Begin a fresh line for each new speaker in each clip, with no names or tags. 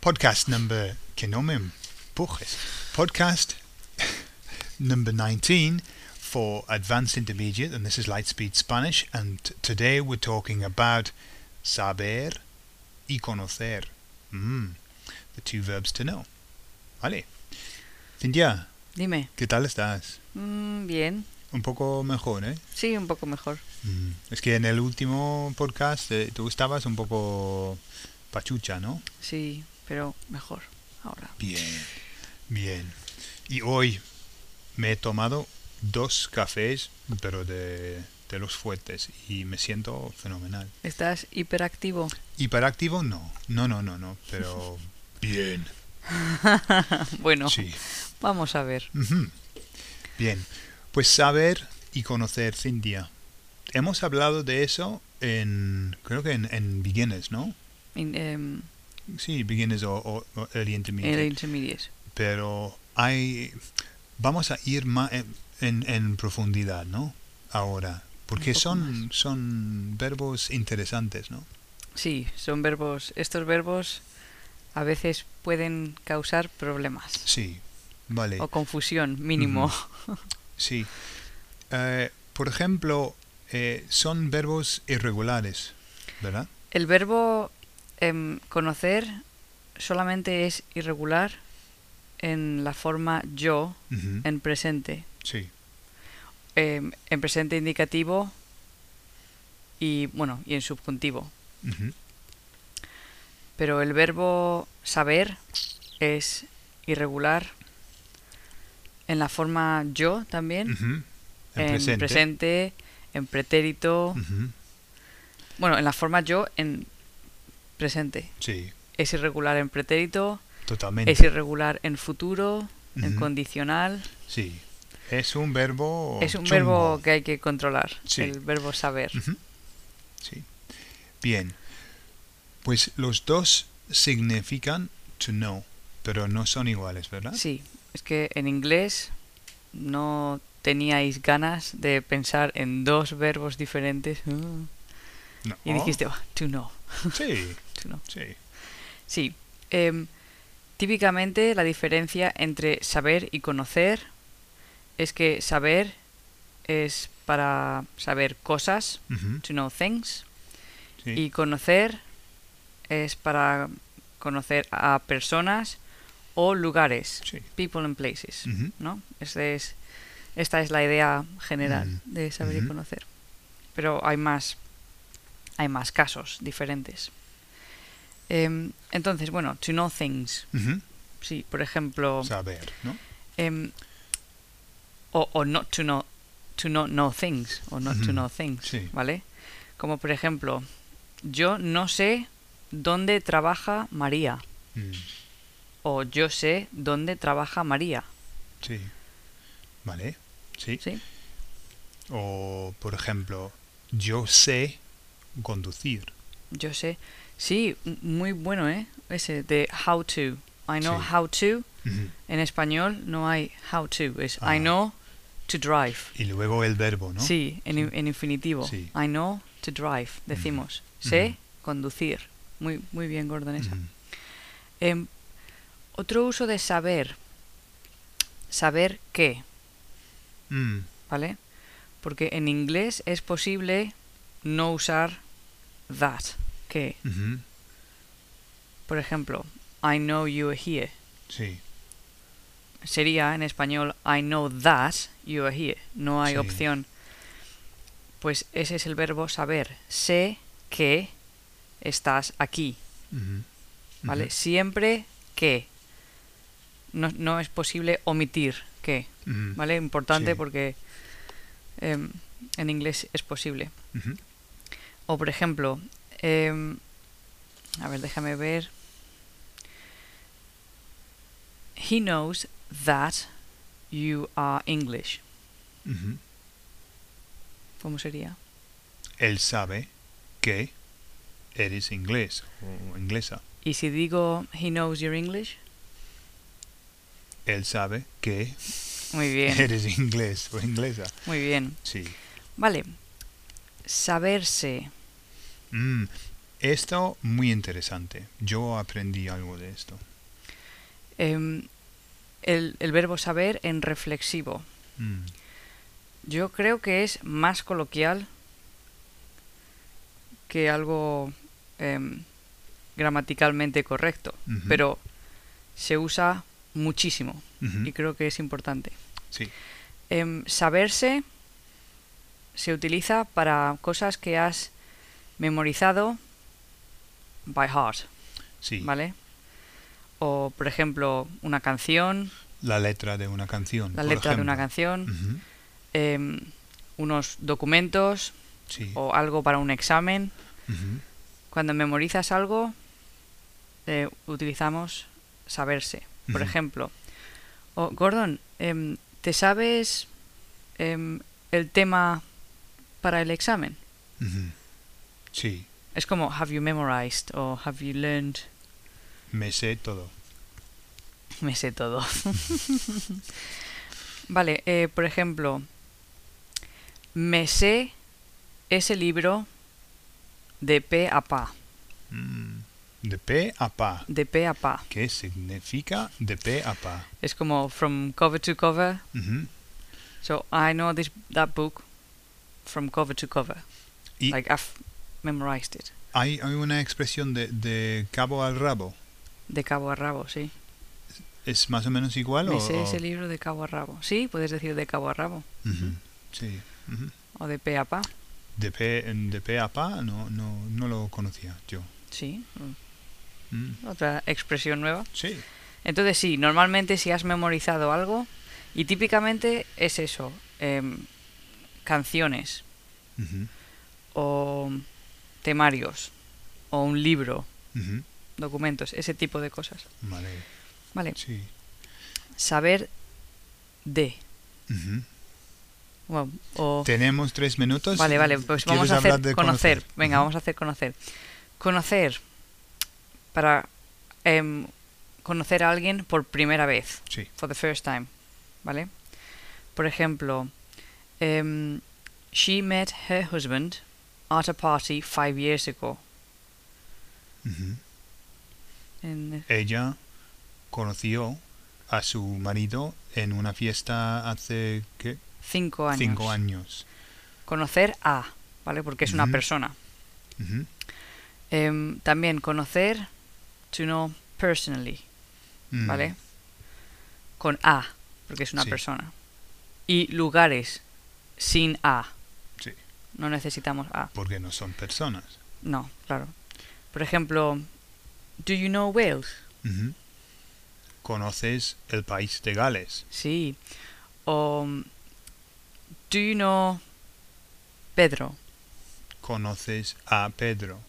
podcast number, que no me empujes, podcast number 19 for Advanced Intermediate, and this is Lightspeed Spanish, and t- today we're talking about saber y conocer. Mm, the two verbs to know. Vale. Cintia,
Dime.
¿qué tal estás?
Mm, bien.
Un poco mejor, ¿eh?
Sí, un poco mejor.
Mm, Es que en el último podcast eh, tú estabas un poco pachucha, ¿no?
Sí, pero mejor. Ahora.
Bien, bien. Y hoy me he tomado dos cafés, pero de, de los fuertes, y me siento fenomenal.
¿Estás hiperactivo?
Hiperactivo, no, no, no, no, no, pero bien,
bueno,
sí.
vamos a ver.
Ujú. Bien, pues saber y conocer Cintia. Hemos hablado de eso en, creo que en, en Beginners, ¿no?
In- em,
Sí, Beginners o, o- o Early
el
Intermediate.
intermediate.
pero hay vamos a ir más en, en- en profundidad, ¿no? Ahora, porque
poco
son son verbos interesantes, ¿no?
Sí, son verbos. Estos verbos a veces pueden causar problemas
Sí, vale,
o confusión mínimo.
sí. Eh, por ejemplo, eh, son verbos irregulares, ¿verdad?
El verbo em, conocer solamente es irregular en la forma yo
Ujú,
en presente.
Sí,
em, en presente indicativo y bueno y en subjuntivo
ujú,
pero el verbo saber es irregular en la forma yo también
ujú, Mm, en Mm.
en presente. en pretérito
ujú,
bueno en la forma yo en presente
Sí,
es irregular en pretérito
totalmente.
es irregular en futuro en
Ujú.
condicional
sí, es un verbo.
es un
chungo.
verbo que hay que controlar
Sí.
el verbo saber
Ujú. Sí. Bien. Pues los dos significan to know, pero no son iguales, ¿verdad?
Sí, es que en inglés no teníais ganas de pensar en dos verbos diferentes ah,
No. Oh,
y dijiste, "Ah, to know,
Sí,
to know".
sí.
Sí, em, típicamente la diferencia entre saber y conocer es que saber es para saber cosas,
Ujú,
to know things,
sí.
y conocer es para conocer a personas o lugares,
Sí.
people and places.
Ujú,
¿no? Este es, esta es la idea general de saber
Mm. Ujú.
y conocer. Pero hay más, hay más casos diferentes. Em, entonces, bueno, to know things.
ujú.
Sí, por ejemplo,
Saber, ¿no?
em, o, o not to know, to not know things, o not
Ujú.
to know things,
Sí.
¿vale? Como por ejemplo, yo no sé dónde trabaja María,
Mm,
o yo sé dónde trabaja María,
sí. Vale. Sí.
¿sí?
O, por ejemplo, yo sé conducir.
Yo sé. Sí, m- muy bueno, ¿eh? Ese de how to. I know
Sí.
how to.
Ujú.
En español no hay how to. Es I
Ah.
know to drive.
Y luego el verbo, ¿no?
Sí, en, in- en infinitivo.
Sí.
I know to drive. Decimos. Sé conducir. Muy, muy bien, Gordon, esa.
Ujú.
Em, otro uso de saber. Saber qué,
Mm,
¿vale? Porque en inglés es posible no usar that, que.
ujú.
Por ejemplo, I know you're here.
Sí.
sería en español I know that you are here. No hay
Sí.
opción. Pues ese es el verbo saber. Sé que estás aquí.
Ujú.
¿Vale?
Ujú.
Siempre que. No, no es posible omitir que.
Ujú.
¿Vale? Importante
Sí.
porque em, en inglés es posible.
Ujú.
O por ejemplo, em, a ver, déjame ver. He knows that you are English.
Ujú.
¿Cómo sería?
él sabe que eres inglés o inglesa.
Y si digo he knows you're English,
Él sabe que
muy bien,
eres inglés o inglesa.
muy bien.
Sí.
Vale. Saberse.
Mm, Esto muy interesante. Yo aprendí algo de esto.
Em, el, el verbo saber en reflexivo.
Mm.
Yo creo que es más coloquial que algo em, gramaticalmente correcto,
Ujú.
pero se usa muchísimo
Ujú.
y creo que es importante.
Sí.
Em, saberse se utiliza para cosas que has memorizado by heart,
Sí.
¿vale? O, por ejemplo, una canción,
La letra de una canción.
la
por
letra de una
ejemplo.
canción,
Ujú.
em, unos documentos
Sí.
o algo para un examen.
Ujú.
Cuando memorizas algo, eh, utilizamos saberse. Por
Ujú.
ejemplo, "Oh, Gordon, em, ¿te sabes em, el tema para el examen?
Ujú. Sí.
Es como have you memorized o have you learned.
Me sé todo.
Me sé todo. vale, eh, por ejemplo, me sé ese libro de pe a pa.
Mm. De pe a pa.
De pe a pa.
¿Qué significa de pe a pa?
Es como from cover to cover.
Ujú.
So I know this that book from cover to cover.
Y-
like I've memorized it.
Hay, hay una expresión de, de cabo al rabo.
De cabo a rabo, sí.
¿Es más o menos igual?
Me
o-
sé
o-
ese libro de cabo a rabo. Sí, puedes decir de cabo a rabo.
Ujú. Sí. Ujú.
O de pe a pa.
De pe, en- de pe a pa no, no, no lo conocía yo.
Sí. mm,
Mm.
Otra expresión nueva.
Sí.
Entonces sí, normalmente si has memorizado algo, y típicamente es eso, em, canciones
Ujú.
o temarios o un libro,
Ujú.
documentos, ese tipo de cosas.
Vale.
Vale,
Sí.
saber de.
Ujú.
Bueno, o,
Tenemos tres minutos.
vale, vale, pues vamos
¿Quieres
a hacer
hablar de
conocer. Venga,
Ujú.
vamos a hacer conocer. Conocer para em, conocer a alguien por primera vez.
Sí.
for the first time, ¿vale? Por ejemplo, em, she met her husband at a party five years ago.
Ujú.
En-
Ella conoció a su marido en una fiesta hace ¿qué?
cinco años.
cinco años.
Conocer a, ¿vale? Porque es una
Ujú.
persona.
Ujú.
Em, también conocer, to know personally,
Mm.
¿vale? Con a, porque es una
Sí.
persona. Y lugares, sin a.
Sí.
No necesitamos a.
Porque no son personas.
No, claro. Por ejemplo, do you know Wales?
Ujú. Conoces el país de Gales.
Sí. O, mm, do you know Pedro?
Conoces a Pedro.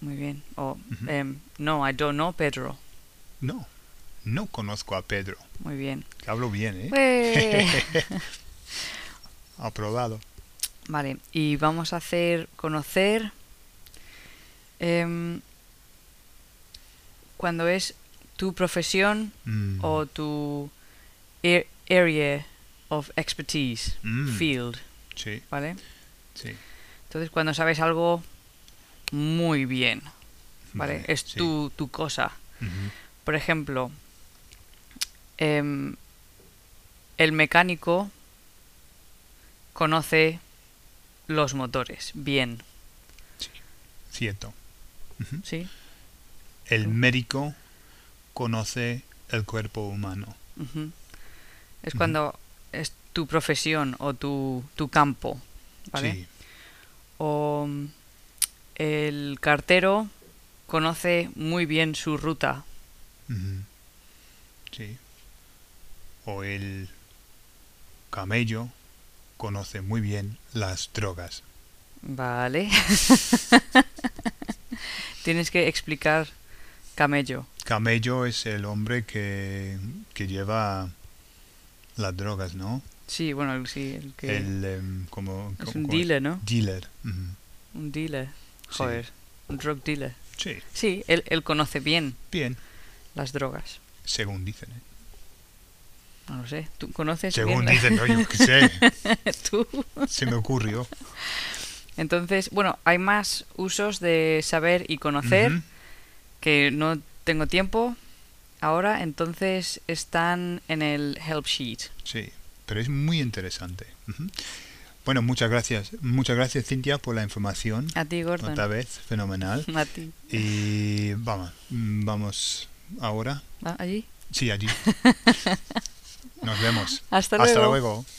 Muy bien. O,
Ujú.
em, no, I don't know Pedro.
No, no conozco a Pedro.
Muy bien.
Hablo bien, ¿eh?
Ué.
Aprobado.
vale, y vamos a hacer conocer em, cuando es tu profesión
Mm.
o tu ar- area of expertise,
Mm.
field,
Sí,
¿vale?
sí.
Entonces, cuando sabes algo muy bien, ¿vale?
Vale,
es
sí.
tu, tu cosa.
Ujú.
Por ejemplo, em, el mecánico conoce los motores bien,
Cierto. Ujú.
¿sí?
El
Sí.
médico conoce el cuerpo humano.
Ujú. Es
Ujú.
cuando es tu profesión o tu, tu campo, ¿vale?
Sí.
O mm, el cartero conoce muy bien su ruta,
Ujú. Sí. O el camello conoce muy bien las drogas.
¿vale? Tienes que explicar camello.
Camello es el hombre que, que lleva las drogas, ¿no?
Sí, bueno, el- sí, el que...
El, em, como,
es
como-
un
como-
dealer, ¿no?
Dealer. ujú.
Un dealer.
Sí.
Joder, un drug dealer.
Sí,
Sí, él, él conoce bien
bien,
las drogas.
según dicen. ¿eh?
No lo sé. ¿Tú conoces
Según
bien
dicen, no, yo qué sé,
la... tú?
se me ocurrió.
Entonces, bueno, hay más usos de saber y conocer
Ujú.
que no tengo tiempo ahora, entonces están en el help sheet.
Sí, pero es muy interesante. Ujú. Bueno, muchas gracias. Muchas gracias, Cintia, por la información.
A ti, Gordon.
Otra vez, fenomenal.
A ti.
Y vamos, mm, vamos ahora.
¿Va allí?
Sí, allí. Nos vemos.
Hasta
Hasta
luego.
luego.